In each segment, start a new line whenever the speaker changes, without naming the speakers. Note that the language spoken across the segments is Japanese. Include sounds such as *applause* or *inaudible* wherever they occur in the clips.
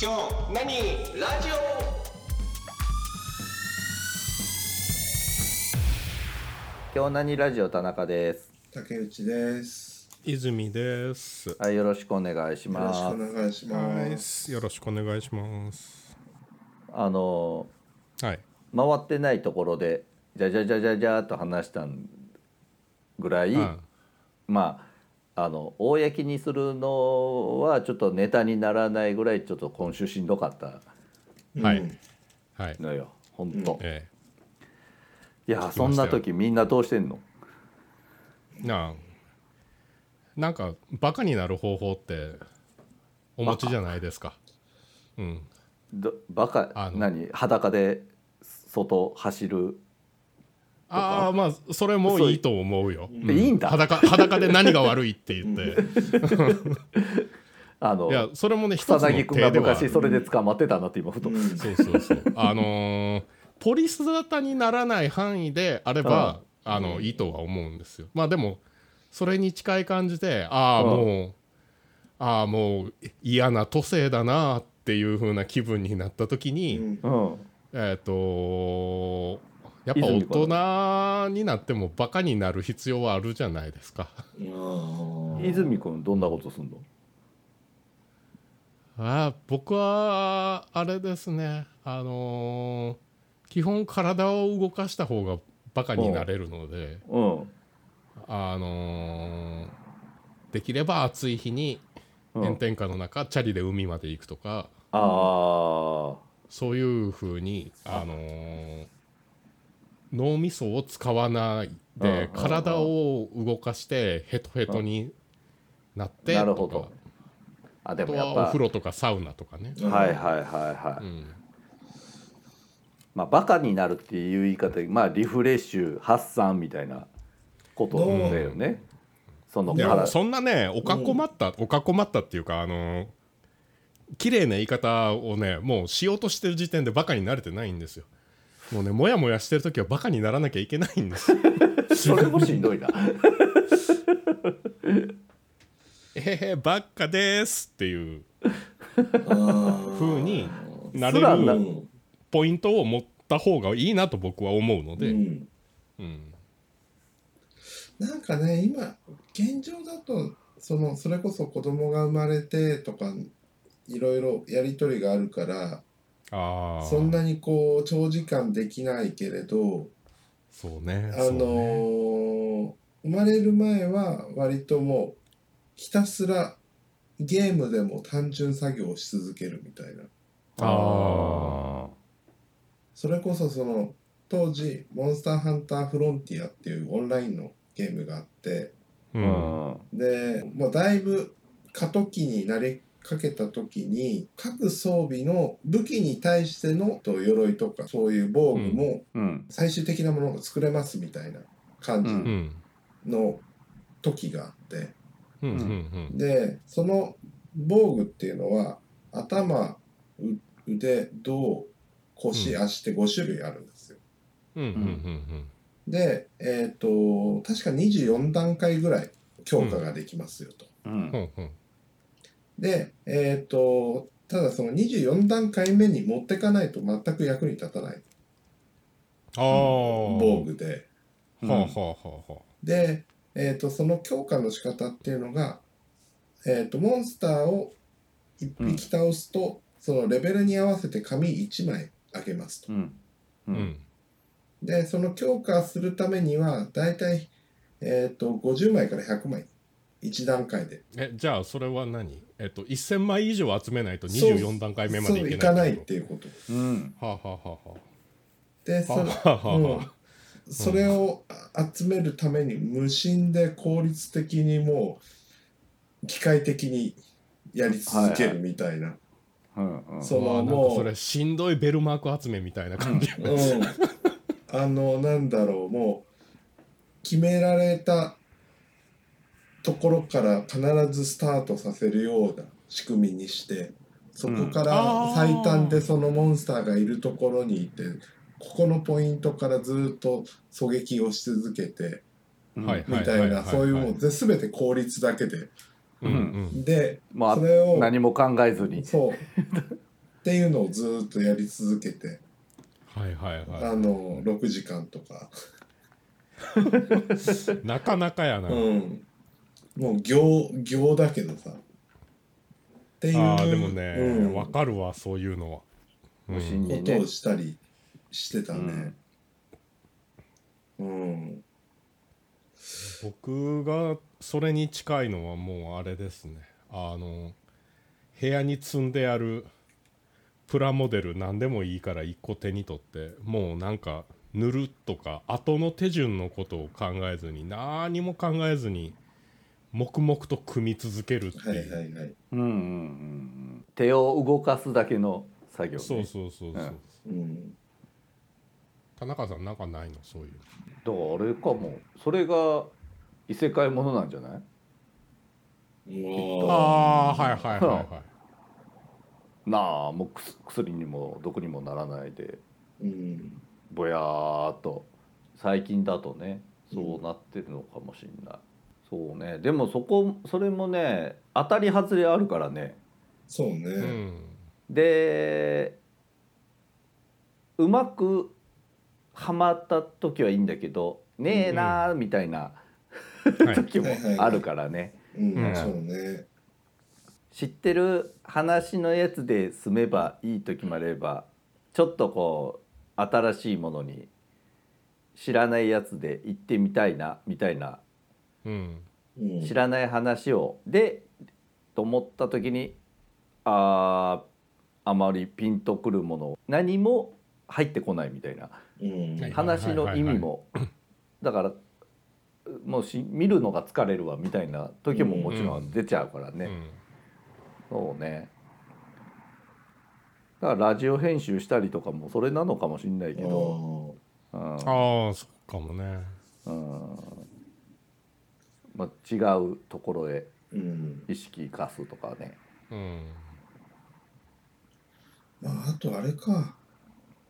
今日何ラジオ
今日何ラジオ田中です。
竹内です。
泉です。
はい、よろしくお願いし
よろしく
ま
お
す。
願いします。
よろしくお願いします。
あの
はい。
回ってないところでじゃじゃじゃじゃじゃーっと話したぐらい、
うん
まああの公にするのはちょっとネタにならないぐらいちょっと今週しんどかった
はい。はい。
のよ。本当。い
え
や
きました
そ
よ
んな時みんなどうしてんの？
えなあ。なんか、バカになる方法って、お持ちじゃないですか。うん。
どバカ
あの
何裸で外走る。
ああ、まあ、それもいいと思うよ。
いいんだ
裸裸で何が悪いって言って。
あ
いや
の、
それもね、一つ
草
の
薙
手
君が
ではあ
昔
る。
それで捕まってたなって今ふと。
そうそうそう。あのーポリス沙汰にならない範囲であれば、あの、いいとは思うんですよ。まあでも、それに近い感じで、ああ、
うん
もう、ああ、もう嫌な都政だなっていう風な気分になった時に、
うん
うん。
えっ、とやっぱ大人になってもバカになる必要はあるじゃないですか。
泉君どんなことすんの？
あー僕はあれですねあのー基本体を動かした方がバカになれるので
うん。
あのーできれば暑い日に
うん
炎天下の中、チャリで海まで行くとか
あ
そういうふうに、あのー脳みそを使わない
う
で
ん
体を動かしてヘトヘトになって
なるほ
と
ど
か
ああで
あと
もや
は
っ
お
ぱ
風呂とかサウナとかね。
はいはいはいはい、
うん
まあバカになるっていう言い方まあリフレッシュ発散みたいなことだよね、その
いや
体
そんなねおかこまった、おかこまったっていうかあのー綺麗な言い方をねもうしようとしてる時点でバカになれてないんですよもうねもやもやしてる時はバカにならなきゃいけないんですよ
それもしんどいな
えへへばっかですっていう風になれ
すらな
るポイントを持った方がいいなと僕は思うので、
うん
うん
なんかね、今、現状だと、そのそれこそ子供が生まれてとか、いろいろやりとりがあるから、
ああ
そんなにこう、長時間できないけれど、
そうね
あ
そう
の
ね
ー生まれる前は割ともう、ひたすらゲームでも単純作業をし続けるみたいな。
*laughs* あ
それこそその当時「モンスターハンターフロンティア」っていうオンラインのゲームがあって
う
う
んん
で、まあ、だいぶ過渡期になりかけた時に各装備の武器に対してのと鎧とかそういう防具も
うん
最終的なものが作れますみたいな感
う
うん
じ
うん
の時があって
うんうん
でその防具っていうのは頭う腕胴腰
う
足って5種類あるんですよ。
うんうんうんうん
で、えっと確か24段階ぐらい強化ができますよと。
う
うんんうん
で、えっとただその24段階目に持ってかないと全く役に立たない
ああ
防具で
はあはあはあは
で、えっとその強化の仕方っていうのが、えっとモンスターを一匹倒すと、そのレベルに合わせて紙1枚あげますと。
うんう
あ。うんん。
でその強化するためには大体、えっと50枚から100枚1段階で。
え、じゃあそれは何えっと、1000枚以上集めないと
そう
24段階目までいけない。
そういかないっていうこと
うん
はあ、はあはあは
で
あ、
そ
は
れ,、
あはあはあ
うん、それをあ集めるために無心で効率的にもう機械的にやり続けるみたいな、
うんうん
そ
わ
の
あなんか
も
そうれしんどいベルマーク集めみたいな感じ、
うん、あのなんだろうもう決められたところから必ずスタートさせるような仕組みにしてそこか
うんあ
ら
ー
最短でそのモンスターがいるところにいてここのポイントからずっと狙撃をし続けて
うん
はい
みたいな
は
いそういう
はい
もうぜ全て効率だけで
うんうん
で
まあ
それを
何も考えずに
そうっていうのをずーっとやり続けて、
はいはい
あ
は
の6時間とか、
いなかなかやな、
うん、もう行行だけどさっていう
ああでもね
うん
わ、かるわそういうのは、うん
無心
こ
に
と
ね
をしたりしてたねうん、
僕がそれに近いのはもうあれですねあの部屋に積んであるプラモデル何でもいいから一個手に取ってもうなんか塗るとか後の手順のことを考えずに何も考えずに黙々と組み続けるって、
はいいうはいはい
うんうんうんうん手を動かすだけの作業、ね、
そうそうそうそう、
うん
うん
田中さんなんかないのそういう
だからあれかもそれが異世界ものなんじゃない
ああーはいはいはいはい
なあもうくす薬にも毒にもならないで
うん
ぼやーっと最近だとねそうなってるのかもしんない、そうねでもそこそれもね当たり外れあるからね
そう
う
ね、
ん
でうまくはまった時はいいんだけどねえなーみたいな
はい
時もあるからね、
うん
うん
そうね
知ってる話のやつで済めばいい時もあればちょっとこう新しいものに知らないやつで行ってみたいなみたいな
うん
うん
知らない話をでと思った時にあーあまりピンとくるもの何も入ってこないみたいな
うん
はい
話の意味もだからもうし見るのが疲れるわみたいな時ももちろん出ちゃうからね。
うん
そうね。だからラジオ編集したりとかもそれなのかもしれないけど、うん
ああそうかもね
うんまあ、違うところへ
あーうん
意識生かすとかね。
うん
まああとあれか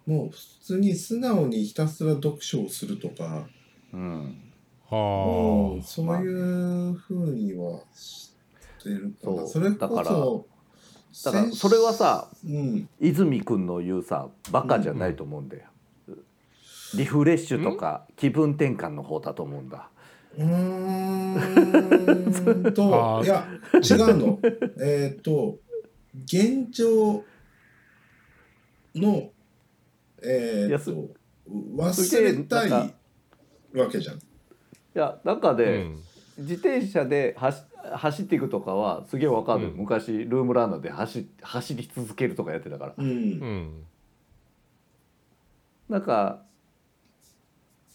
もう普通に素直にひたすら読書をするとか
うん、
は
うんそういうふうにはしてるか
そ
な。
う
それ
だから
こそ
だからそれはさ、
うん、
泉くんの言うさバカじゃないと思うんだよ。リフレッシュとか気分転換の方だと思うんだ。
うー
*laughs*
ん
あ
と
ー
いや違うの。えっと現状のえ
いや
っ
す
と
す
忘
げえ
れたい
なん
わけじゃん。
いやなんか
あ
で、自転車で走走っていくとかはすげえわかる、
うん
昔ルームランナーで走走り続けるとかやってたから。
うん
うんうん
なんか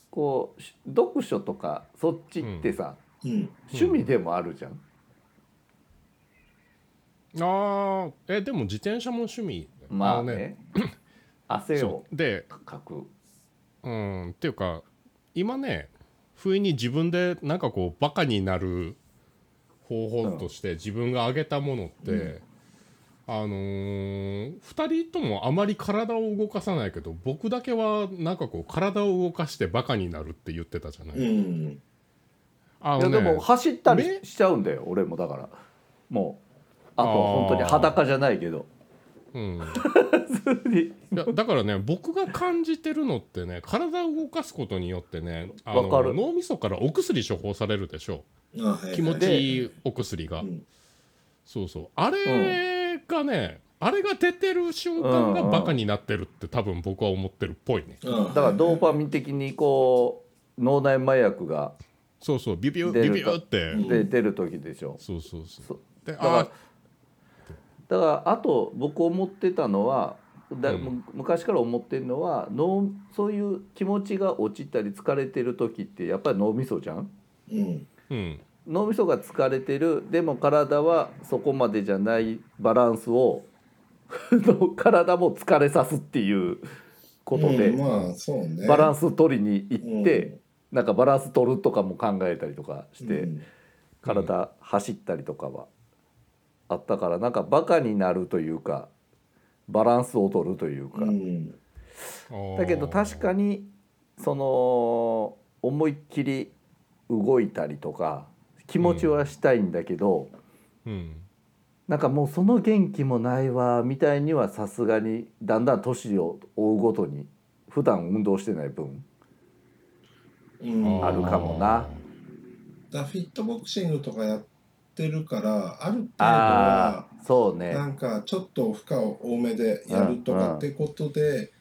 こうし読書とかそっちってさ、
うん
趣味でもあるじゃん。
ああえでも自転車も趣味
まあ
の
ね汗を
そうで
かく。
うんっていうか今ね不意に自分でなんかこうバカになる方法として自分が挙げたものって、あのー、2人ともあまり体を動かさないけど僕だけはなんかこう体を動かしてバカになるって言ってたじゃない、
うん
あ
いや
の
で
ね
も走ったり
ね
しちゃうんだよ俺もだからもうあと
あー
本当に裸じゃないけど *laughs*
うん
普通に
いやだからね僕が感じてるのってね体を動かすことによってねあ
わかる
の脳みそからお薬処方されるでしょ
あはいはい
気持ちいいお薬が、
うん
そうそうあれがね、あれが出てる瞬間が
うんうん
バカになってるって多分僕は思ってるっぽいね
あはいはい
だからドーパミン的にこう脳内麻薬が
そうそうビビュー
出
ビ
ると
ビューって、
うん
出てる時でしょ。
そうそうそう
そ
で
から
あ
だからあと僕思ってたのはだ、
うん
む昔から思ってるのは脳そういう気持ちが落ちたり疲れてる時ってやっぱり脳みそじゃん
うん
うん
脳みそが疲れてるでも体はそこまでじゃないバランスを *laughs* の体も疲れさすっていうことで、
うんまあそうね
バラン
ス
ス取りに行って、なんかバランス取るとかも考えたりとかして。体走ったりとかはあったからなんかバカになるというかバランスを取るというか、
うん
あー
だけど確かにその思いっきり動いたりとか気持ちはしたいんだけど、
うん
なんかもうその元気もないわみたいにはさすがにだんだん年を追うごとに普段運動してない分
うん
あるかもな
だフィットボクシングとかやってるからある程度
あ
は
あそうね
なんかちょっと負荷を多めでやるとかってことで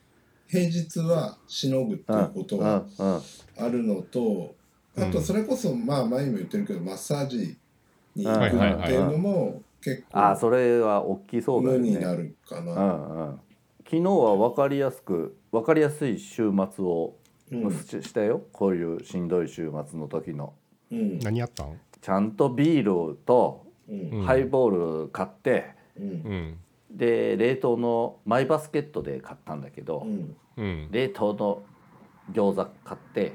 平日はしのぐっ
う
てい
ん
うことが
うんうん
あるのと
うん
あとそれこそまあ前にも言ってるけどマッサージに行く
はいはい
っ
は
て
い
いう
は
のも結
ああ
構
それは大きそうだ
無
よ
に
ね
なるか
う
な。
んうん昨日は分かりやすく分かりやすい週末を
うん
ししたよこういうしんどい週末の時の
うん
何やったん
ちゃんとビールと
うん
うん
ハイボール買って、
うん
うん
で冷凍のマイバスケットで買ったんだけど、
うん
うん
冷凍の餃子買って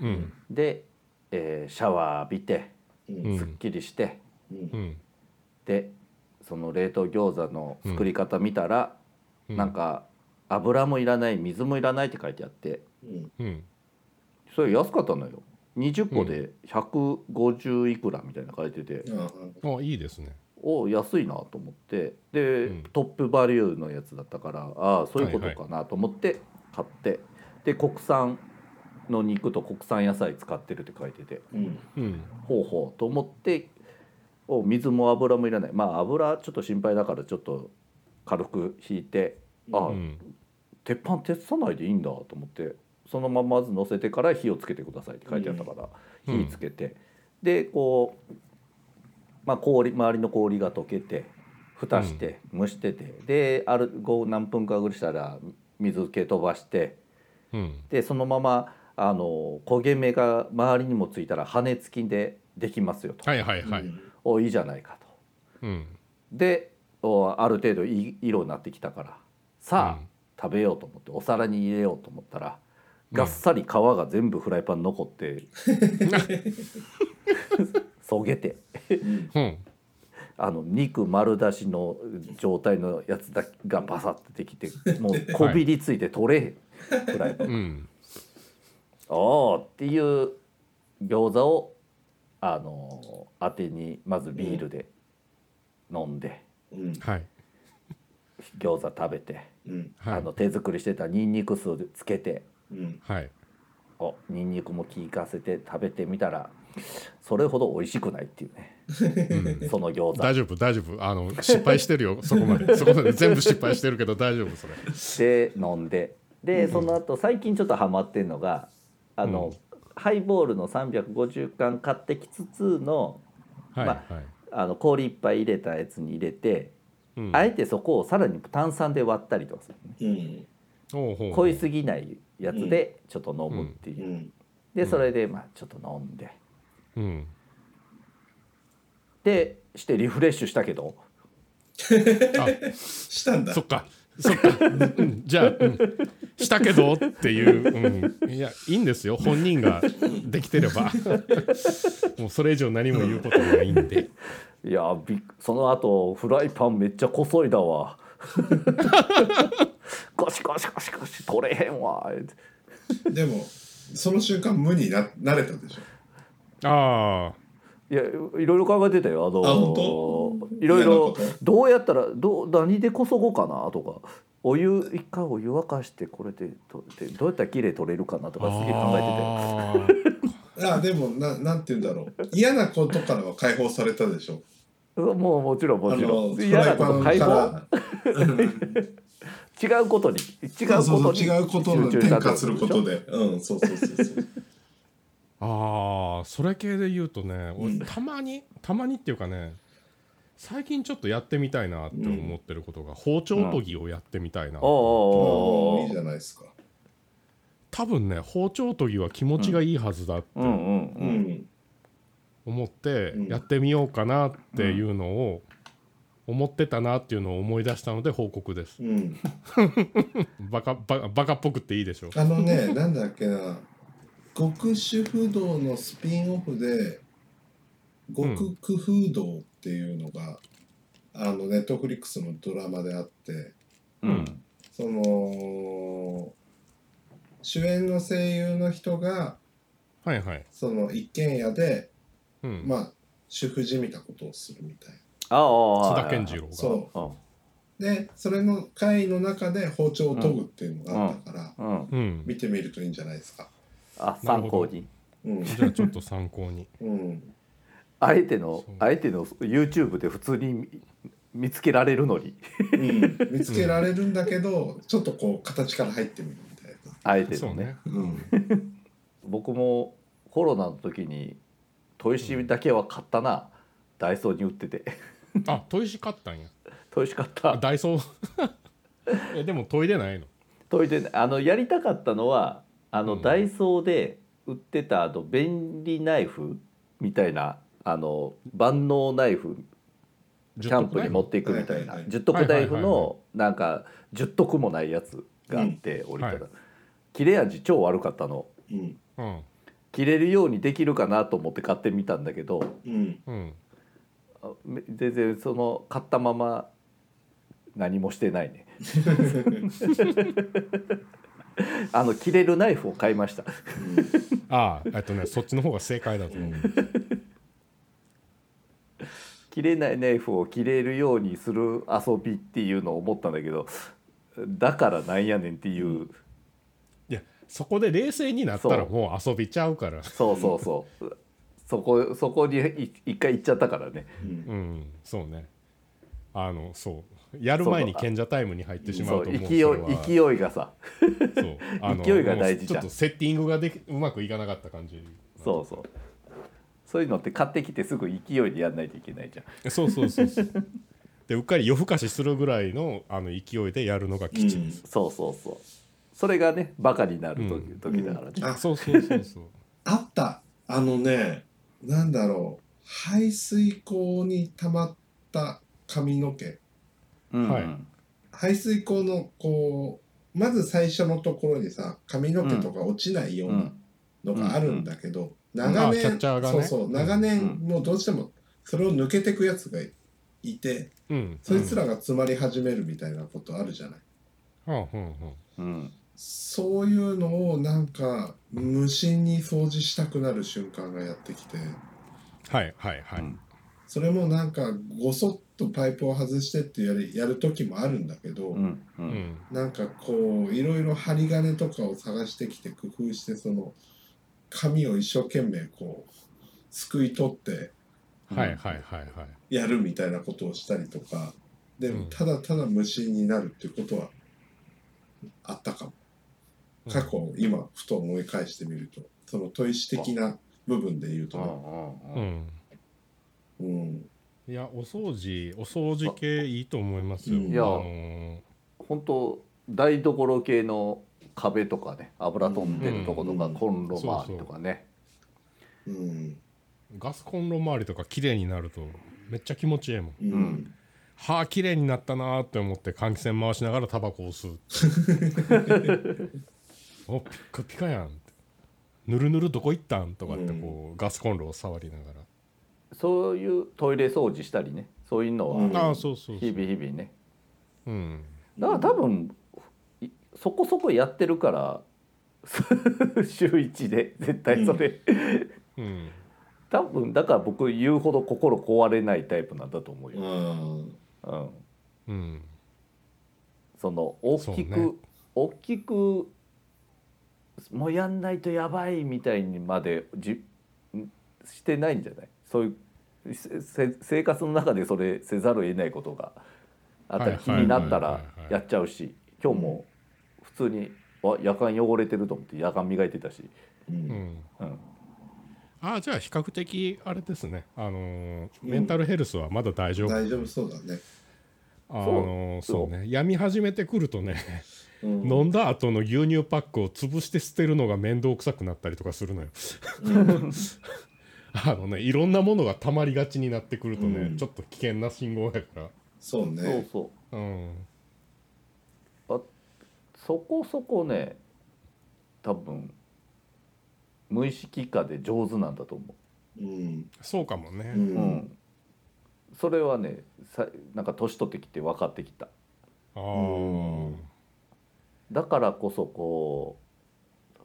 うん
で、えーシャワー浴びて
うん
すっきりして、
うん
うん
でその冷凍餃子の作り方見たら、
うん
なんか油もいらない水もいらないって書いてあって
うん
うん
それ安かったのよ20個で150いくらみたいなの書いてて、
あ
あいいですね
お安いなと思ってで、
うん
トップバリューのやつだったからああそういうことかなと思って買って、で国産の肉と国産野菜使ってるって書いてて
うん
うん
ほうほうと思ってお水も油もいらないまあ油ちょっと心配だからちょっと軽く引いてああ、
うん
鉄板鉄さないでいいんだと思ってそのまままず乗せてから火をつけてくださいって書いてあったから、
うん
火つけてでこう、まあ、氷周りの氷が溶けて蓋して蒸してて、である後何分かぐらいしたら水気飛ばして
うん
でそのままあの焦げ目が周りにもついたら羽根付きでできますよと、
はいはいはい
おいいじゃないかと。
うん
でおある程度いい色になってきたからさあ、
うん
食べようと思ってお皿に入れようと思ったらがっさり皮が全部フライパンに残って、そげて
うん
あの肉丸出しの状態のやつだけがバサッてできてもうこびりついて取れへん、フライ
*laughs*
パン。
うん
おーっていう餃子をあの当てにまずビールで飲んで、
うん
はい
餃子食べて。
うん
は
あ
い
の手作りしてたニンニク酢をつけて
うん
*laughs*
はい
おニンニクも効かせて食べてみたらそれほど美味しくないっていうね
うん
その餃
大丈夫大丈夫あの失敗して
*laughs*
るよそこまでそこまで全部失敗してるけど大丈夫それ
子で飲んででその後最近ちょっとハマってんのがあの、ハイボールの350缶買ってきつつの
はい
ま
はい
あの氷いっぱい入れたやつに入れて、
うん
あえてそこをさらに炭酸で割ったりとかするね、
うん
ほうほう
濃いすぎないやつでちょっと飲むっていう、
うん
でそれでまあちょっと飲んで
うん
でしてリフレッシュしたけど。
したんだ
そっかそっかうんじゃあ、うんしたけどっていう、うん、いやいいんですよ本人ができてれ
*laughs*
ばもうそれ以上何も言うことないんで
いやびっその後フライパンめっちゃこそいだわ *laughs* ゴシゴシゴシゴシ取れへんわ言うて
でもその瞬間無にななれたでしょ
ああ
いやいろいろ考えてたよあの
あ本当
いろいろ
嫌なこと
どうやったらどう何でこそごかなとかお湯一回お湯沸かしてこれでとでどうやったらきれい取れるかなとかすげえ考えてたよ
あでもななんて言うんだろう嫌なことからは解放されたでしょ
うんもうもちろん
あ
もちろ
の
ん
フ
嫌
ラ
な
イ
こ
パ
と
ンか
解放
らうん
違うことに違う
そう
こ
そ
と
う
に
違うことに
集中
転
したって
化すること
でし
でうんそうそうそうそう
ああそれ系で言うとね俺
うん
たまにたまにっていうかね最近ちょっとやってみたいなって思ってることが、包丁研ぎをやってみたいな、
ょ *laughs* おうおうおう
うんいいじゃないですか
多分ね包丁研ぎは気持ちがいいはずだって
うんうん
う
うん
ん
思って
うん
やってみようかなっていうのを思ってたなっていうのを思い出したので報告です
うん
バカバカバカっぽくっていいでしょ
あのね *laughs* なんだっけな極主不動のスピンオフで極工夫道っていうのが、あのネットフリックスのドラマであって
うん
その主演の声優の人が
はいはい
その一軒家で、
うん、
まあ主婦じみたことをするみたい
ああ
津
ああ
田健次郎が
そ
郎
うでそれの回の中で包丁を研ぐっていうのがあったか
う
ら、
ん、うん、
うん
見てみるといいんじゃないですか
あ参考に
うん
じゃあちょっと参
*laughs*
考に
うん
あえての
そう
あえての YouTube で普通に見見つけられるのに
うん見つけられるんだけどちょっとこう形から入ってみるみたいな
あえて
そ
の
う
ね
ね
うん
僕もコロナの時に砥石だけは買ったな、ダイソーに売って *laughs* て
あ砥石買ったんや
砥石買っ
あ
た
ダイソー *laughs* えでも研いでないの
砥石であのやりたかったのはあの、
うん
ダイソーで売ってたあの便利ナイフみたいなあの万能ナイフキャンプに持っていくみたいな
はいはいはい
十徳ナイフ
はいはいはいは
のなんか十徳もないやつがあって折りた
は
た切れ味超悪かったの
うん
うん
切れるようにできるかなと思って買ってみたんだけど
うん
うん
あめ全然その買ったまま何もしてないね *laughs* あの切れるナイフを買いました
ああえっとねそっちの方が正解だと思う
切れないナイフを切れるようにする遊びっていうのを思ったんだけどだからなんやねんっていう
いやそこで冷静になったらもう遊びちゃうから
そうそうそうそこそこにい一回行っちゃったからね
うん
うんそうねあのそうやる前に賢者タイムに入ってしま
そうう
と
勢
も
いう
それは
勢いがさ
そうあの
勢いが大事じゃん
もうちょっとセッティングができうまくいかなかった感じ
そうそうそういうのって買ってきてすぐ勢いでやんないといけないじゃん
そうそうそうそうでうっかり夜更かしするぐらいのあの勢いでやるのが基地です、
そうそうそうそれがねバカになる時,、時だからね、
あ
そうそうそうそう
あったあのねなんだろう排水口に溜まった髪の毛
うん
はい
排水口のこうまず最初のところにさ髪の毛とか落ちないようなのがあるんだけど、長
あキャッ
年
チャーがね
そうそう長
う
年
ん
もうどうしてもそれを抜けてくやつがいて
うん
そいつらが詰まり始めるみたいなことあるじゃない。
うんうんうん
うん、
そういうのをなんか無心に掃除したくなる瞬間がやってきて
はいはいはい、
うん
それもなんかごそっとパイプを外してってやるやる時もあるんだけど、
うんう
うんん
なんかこういろいろ針金とかを探してきて工夫してその紙を一生懸命こうすくい取って
はいはいはいはい
やるみたいなことをしたりとかで
うん
ただただ無心になるっていうことはあったかも
うん
過去今ふと思い返してみるとその砥石的な部分で言うと
う
ね
んう
うんん
うん
いやお掃除お掃除系いいと思いますよ
うん
いや
あのー
本当台所系の壁とかね油飛んでるとことか、
うん
コンロ周りとかね、
うん
ガスコンロ周りとか綺麗になるとめっちゃ気持ちいいもん
うん
ん
はあ綺麗になったなーって思って換気扇回しながらタバコを吸うおピッカピカやんってぬるぬるどこ行ったんとかってこう、ガスコンロを触りなが
そういうトイレ掃除したりねそういうのは
うん
ら、ああそうそうそ
日
う
々日々ね
うん
だから多分いそこそこやってるから *laughs* 週一で絶対それ、
うん
多分だから僕言うほど心壊れないタイプなんだと思う
う
よ、
ん
うん、
うん
その大きく、
そうね
大きくもうやんないとやばいみたいにまでじんしてないんじゃないそういうせせ生活の中でそれせざるを得ないことがあった
は
り
い
気になった
はい
ら
はいはいはい
やっちゃうし今日も普通にあ夜間汚れてると思って夜間磨いてたし、
う
うんん
うん、
ああじゃあ比較的あれですねあのーメンタルヘルスはまだ大丈夫、あ
大丈夫そうだね
のー
そ
そううね病み始めてくるとね、
うん
飲んだ後の牛乳パックを潰して捨てるのが面倒くさくなったりとかするのよ
うん
あのねいろんなものが溜まりがちになってくるとね、
うん
ちょっと危険な信号やか
そう
そう
ね
そう
らうん
そこそこね多分無意識化で上手なんだと思う。
うん
そうかもね、
うん
うん、それはねさなんか年取ってきて分かってきた
あ
うん
だからこそこう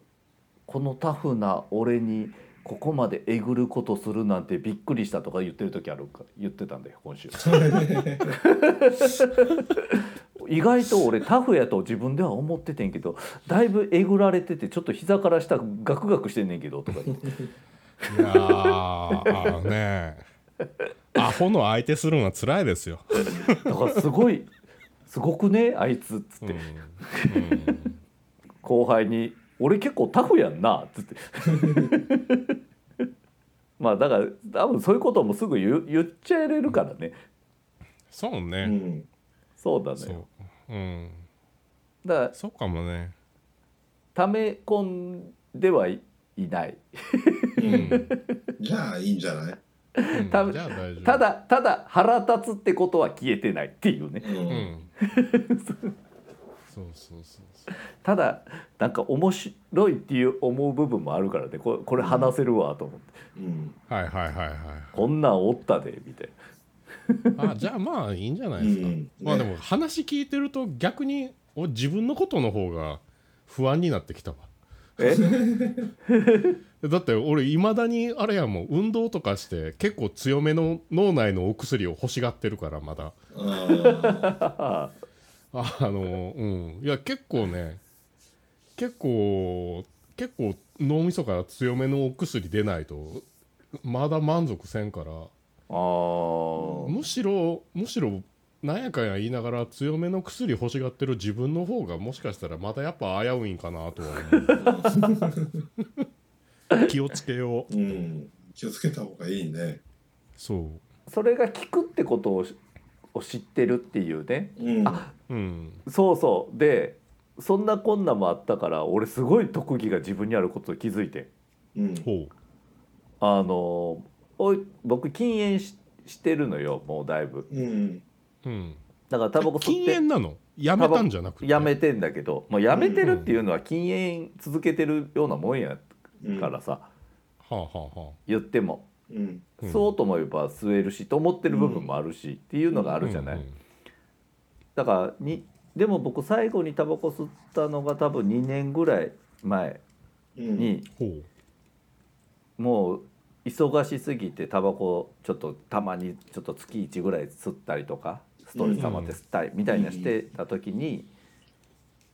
このタフな俺にここまでえぐることするなんてびっくりしたとか言ってる時あるか言ってたんだよ今週意外と俺タフやと自分では思っててんけどだいぶえぐられててちょっと膝から下ガクガクしてんねんけどとか言って
いやーあのねアホの相手するのは辛いですよ、
だからすごいすごくねあいつっつって
うんうん
後輩に「俺結構タフやんな」っつって *laughs* まあだから多分そういうこともすぐ言う言っちゃえれるからね
そう
う
ね、
ん
そうだ
そ
ね
ううん
だから
そうかもね
溜め込んではいいない
うん
じゃあいいんじゃない、
うん
多分
じゃあ大丈夫
ただただ腹立つってことは消えてないっていうね
うん
うんそうそうそうそう
ただなんか面白いっていう思う部分もあるからねこれこれ話せるわと思って
うん
はいはいはいはい
こんなんおったでみたい
あじゃあまあいいんじゃないですか、
うん
まあでも話聞いてると逆に俺自分のことの方が不安になってきたわ
なえ *laughs*
だって俺いまだにあれやもん運動とかして結構強めの脳内のお薬を欲しがってるからまだ
あ
ああのうんいや結構ね結構結構脳みそから強めのお薬出ないとまだ満足せんから
あー
むしろむしろなんやかんや言いながら強めの薬欲しがってる自分の方がもしかしたらまたやっぱ危ういんかなとは思う気をつけよう
ーうん気をつけた方がいいね
そ
それが効くってことをしを知ってるっていうね
うん
ううん
そうそうでそんなこんなもあったから俺すごい特技が自分にあることを気づいて
うん
ほう
あのおい僕禁煙ししてるのよもうだいぶ
うん
うん
だからタバコ吸
禁
って
煙なのやめたんじゃなくて
やめてんだけど、まあ、やめてるっていうのは禁煙続けてるようなもんや
うん
からさ、
はあはあは
言っても、
うん
うん
そうと思えば吸えるしと思ってる部分もあるし、っていうのがあ
あ
るじゃない、
うんうん
だからにでも僕最後にタバコ吸ったのが多分2年ぐらい前
うん
に、
ほう
もう忙しすぎてタバコちょっとたまにちょっと月1ぐらい吸ったりとかストレス溜まって吸ったりみたいなしてた時に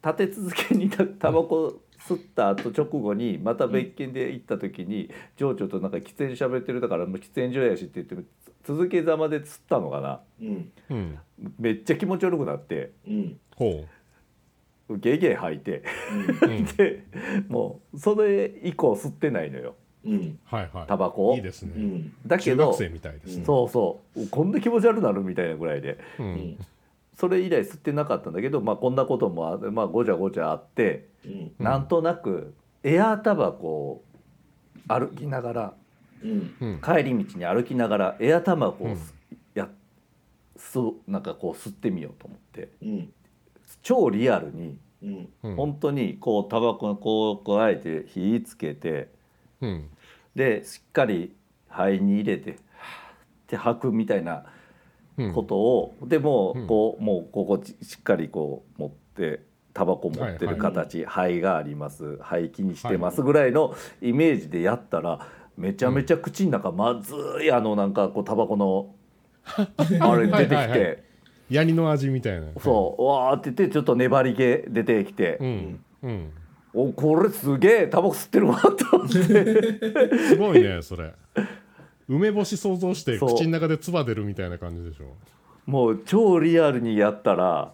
立て続けにタタバコ吸った後直後にまた別件で行った時に情緒となんか喫煙喋ってるだからもう喫煙所やしって言って続けざまで吸ったのかな
うん
うん
めっちゃ気持ち悪くなって
うん
ほ
ゲゲ吐いて
う、う
*laughs*
ん、
でもうそれ以降吸ってないのよ
うん
はいはい
タバコを
いいです
う
ね、
ん
だけ
中
ど
学生みたいですね、
そうそうこんな気持ち悪くなるみたいなぐらいで
うん
うん
それ以来吸ってなかったんだけど、まあ、こんなこともあ、まあ、ごちゃごちゃあって、
うん
うん
なんとなくエアータバコを歩きながら
うん
うん
帰り道に歩きながらエアタバコをす、や吸うなんかこう吸ってみようと思って
うん
超リアルに
うん
うん
本当にこうタバコをこう加えて火つけて
うん
でしっかり肺に入れてはあって吐くみたいな
うん
ことを、でも
うん
うこう、もうここししっかりこう持ってタバコ持ってる形、肺があります肺気にしてますぐらいのイメージでやったら、めちゃめちゃ口の中まずいあのなんかこうタバコ
*laughs*
のあれ出てきて、
はいはいはヤニの味みたいな
そうわーって言ってちょっと粘り気出てきて、
うんうん
おこれすげえタバコ吸ってるわ
*laughs*
と思って。
すごいねそれ梅干し想像して
そう
口の中で唾出るみたいな感じでしょ
もう超リアルにやったら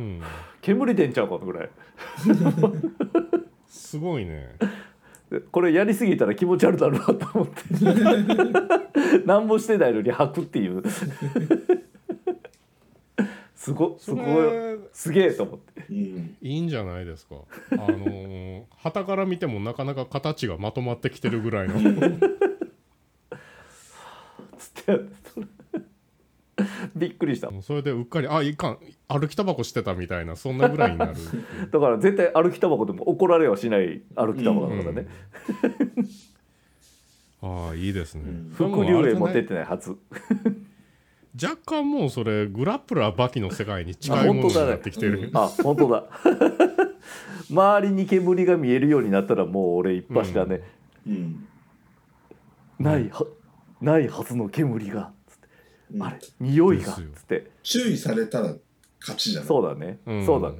うん
煙出んちゃうかぐらい
すごいね
これやりすぎたら気持ち悪くなるなと思って
*laughs*
何もしてないのに吐くっていうすごす
そ
ごい
れ
すげえと思って
うん
いいんじゃないですかあのー、旗から見てもなかなか形がまとまってきてるぐらいの
*laughs* つってそれびっくりした
それでうっかりあいかん歩きタバコしてたみたいなそんなぐらい
*laughs*
になるっていう
だから絶対歩きタバコでも怒られはしない歩きタバコだからね、
ああいいですね、
ん
副流煙
も
も
うあれ
出
じ
てないはず
ゃない若干もうそれグラップラーバキの世界に近いものになってきてる、
あ本当だ周りに煙が見えるようになったらもう俺一発だね、
うん
ないはないはずの煙がつって
うん
あれ匂いが
ですよ
つって
注意されたら勝ちじゃん
そうだね、
うん
そうだね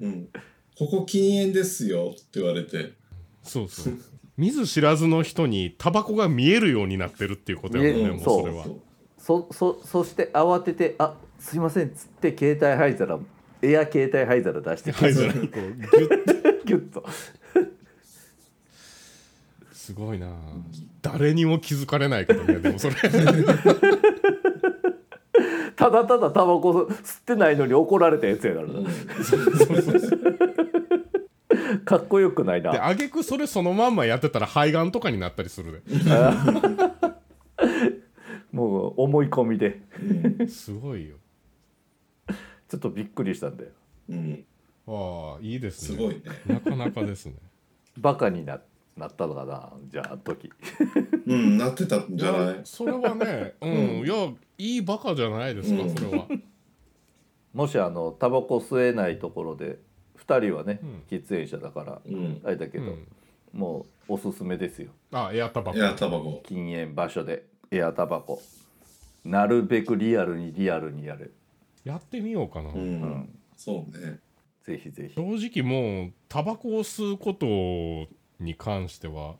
うん、ここ禁煙ですよって言われて
そうそう見ず知らずの人にタバコが見えるようになってるっていうことやもん
見え
ね
る
もう
そう
それは
そそそして慌てて「あすいません」つって携帯灰皿エア携帯灰皿出して
灰皿にこうギュッ
ギュッと
すごいな誰にも気づかれないことねでもそれ
ただただタバコ吸ってないのに怒られたやつやからな、 *laughs* かっこよくない
で
な
挙句それそのまんまやってたら肺がんとかになったりする
もう思い込みで
ですごいよ
ちょっとびっくりしたんだよ
うん、
ああいいです
す
ね
ごいね
なかなかですね
バカにななったのかなじゃああの時
うんなってたんじゃない
それはねうん、いやいいバカじゃないですか、
うん
それは
もしあのタバコ吸えないところで2人はね、
うん
喫煙者だから
うん
あれだけ
う
ど、
ん
もうおすすめですよ
あエアタバコ
いやタバコ
禁煙場所でエアタバコなるべくリアルにリアルにやる
やってみようかな、
うん、
ん
そうね
ぜひぜひ
正直もうタバコを吸うことに関しては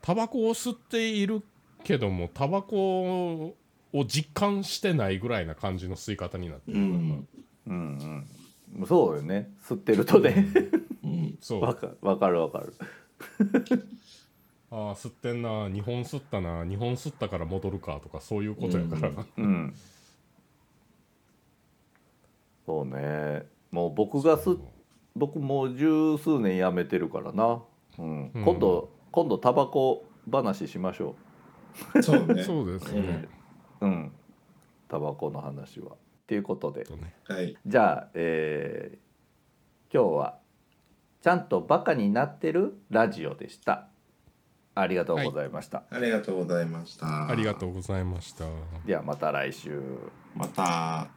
タバコを吸っているけどもタバコを実感してないぐらいな感じの吸い方になってる、
うん
うんうんそうよね吸ってるとね
うん
そう
わかわかるわかる
ああ吸ってんな日本吸ったな日本吸ったから戻るかとかそういうことやから、
うん
うんそうねもう僕が吸っ僕もう十数年やめてるからな、うん
うん
今度今度タバコ話しましょ
そうね
そうですね、
ううんタバコの話は。ということで
とね
はい
じゃあ、えー今日は「ちゃんとバカになってるラジオ」でした。ありがとうございました。
ありがとうございました
ありがとうございました
ではまた来週。
また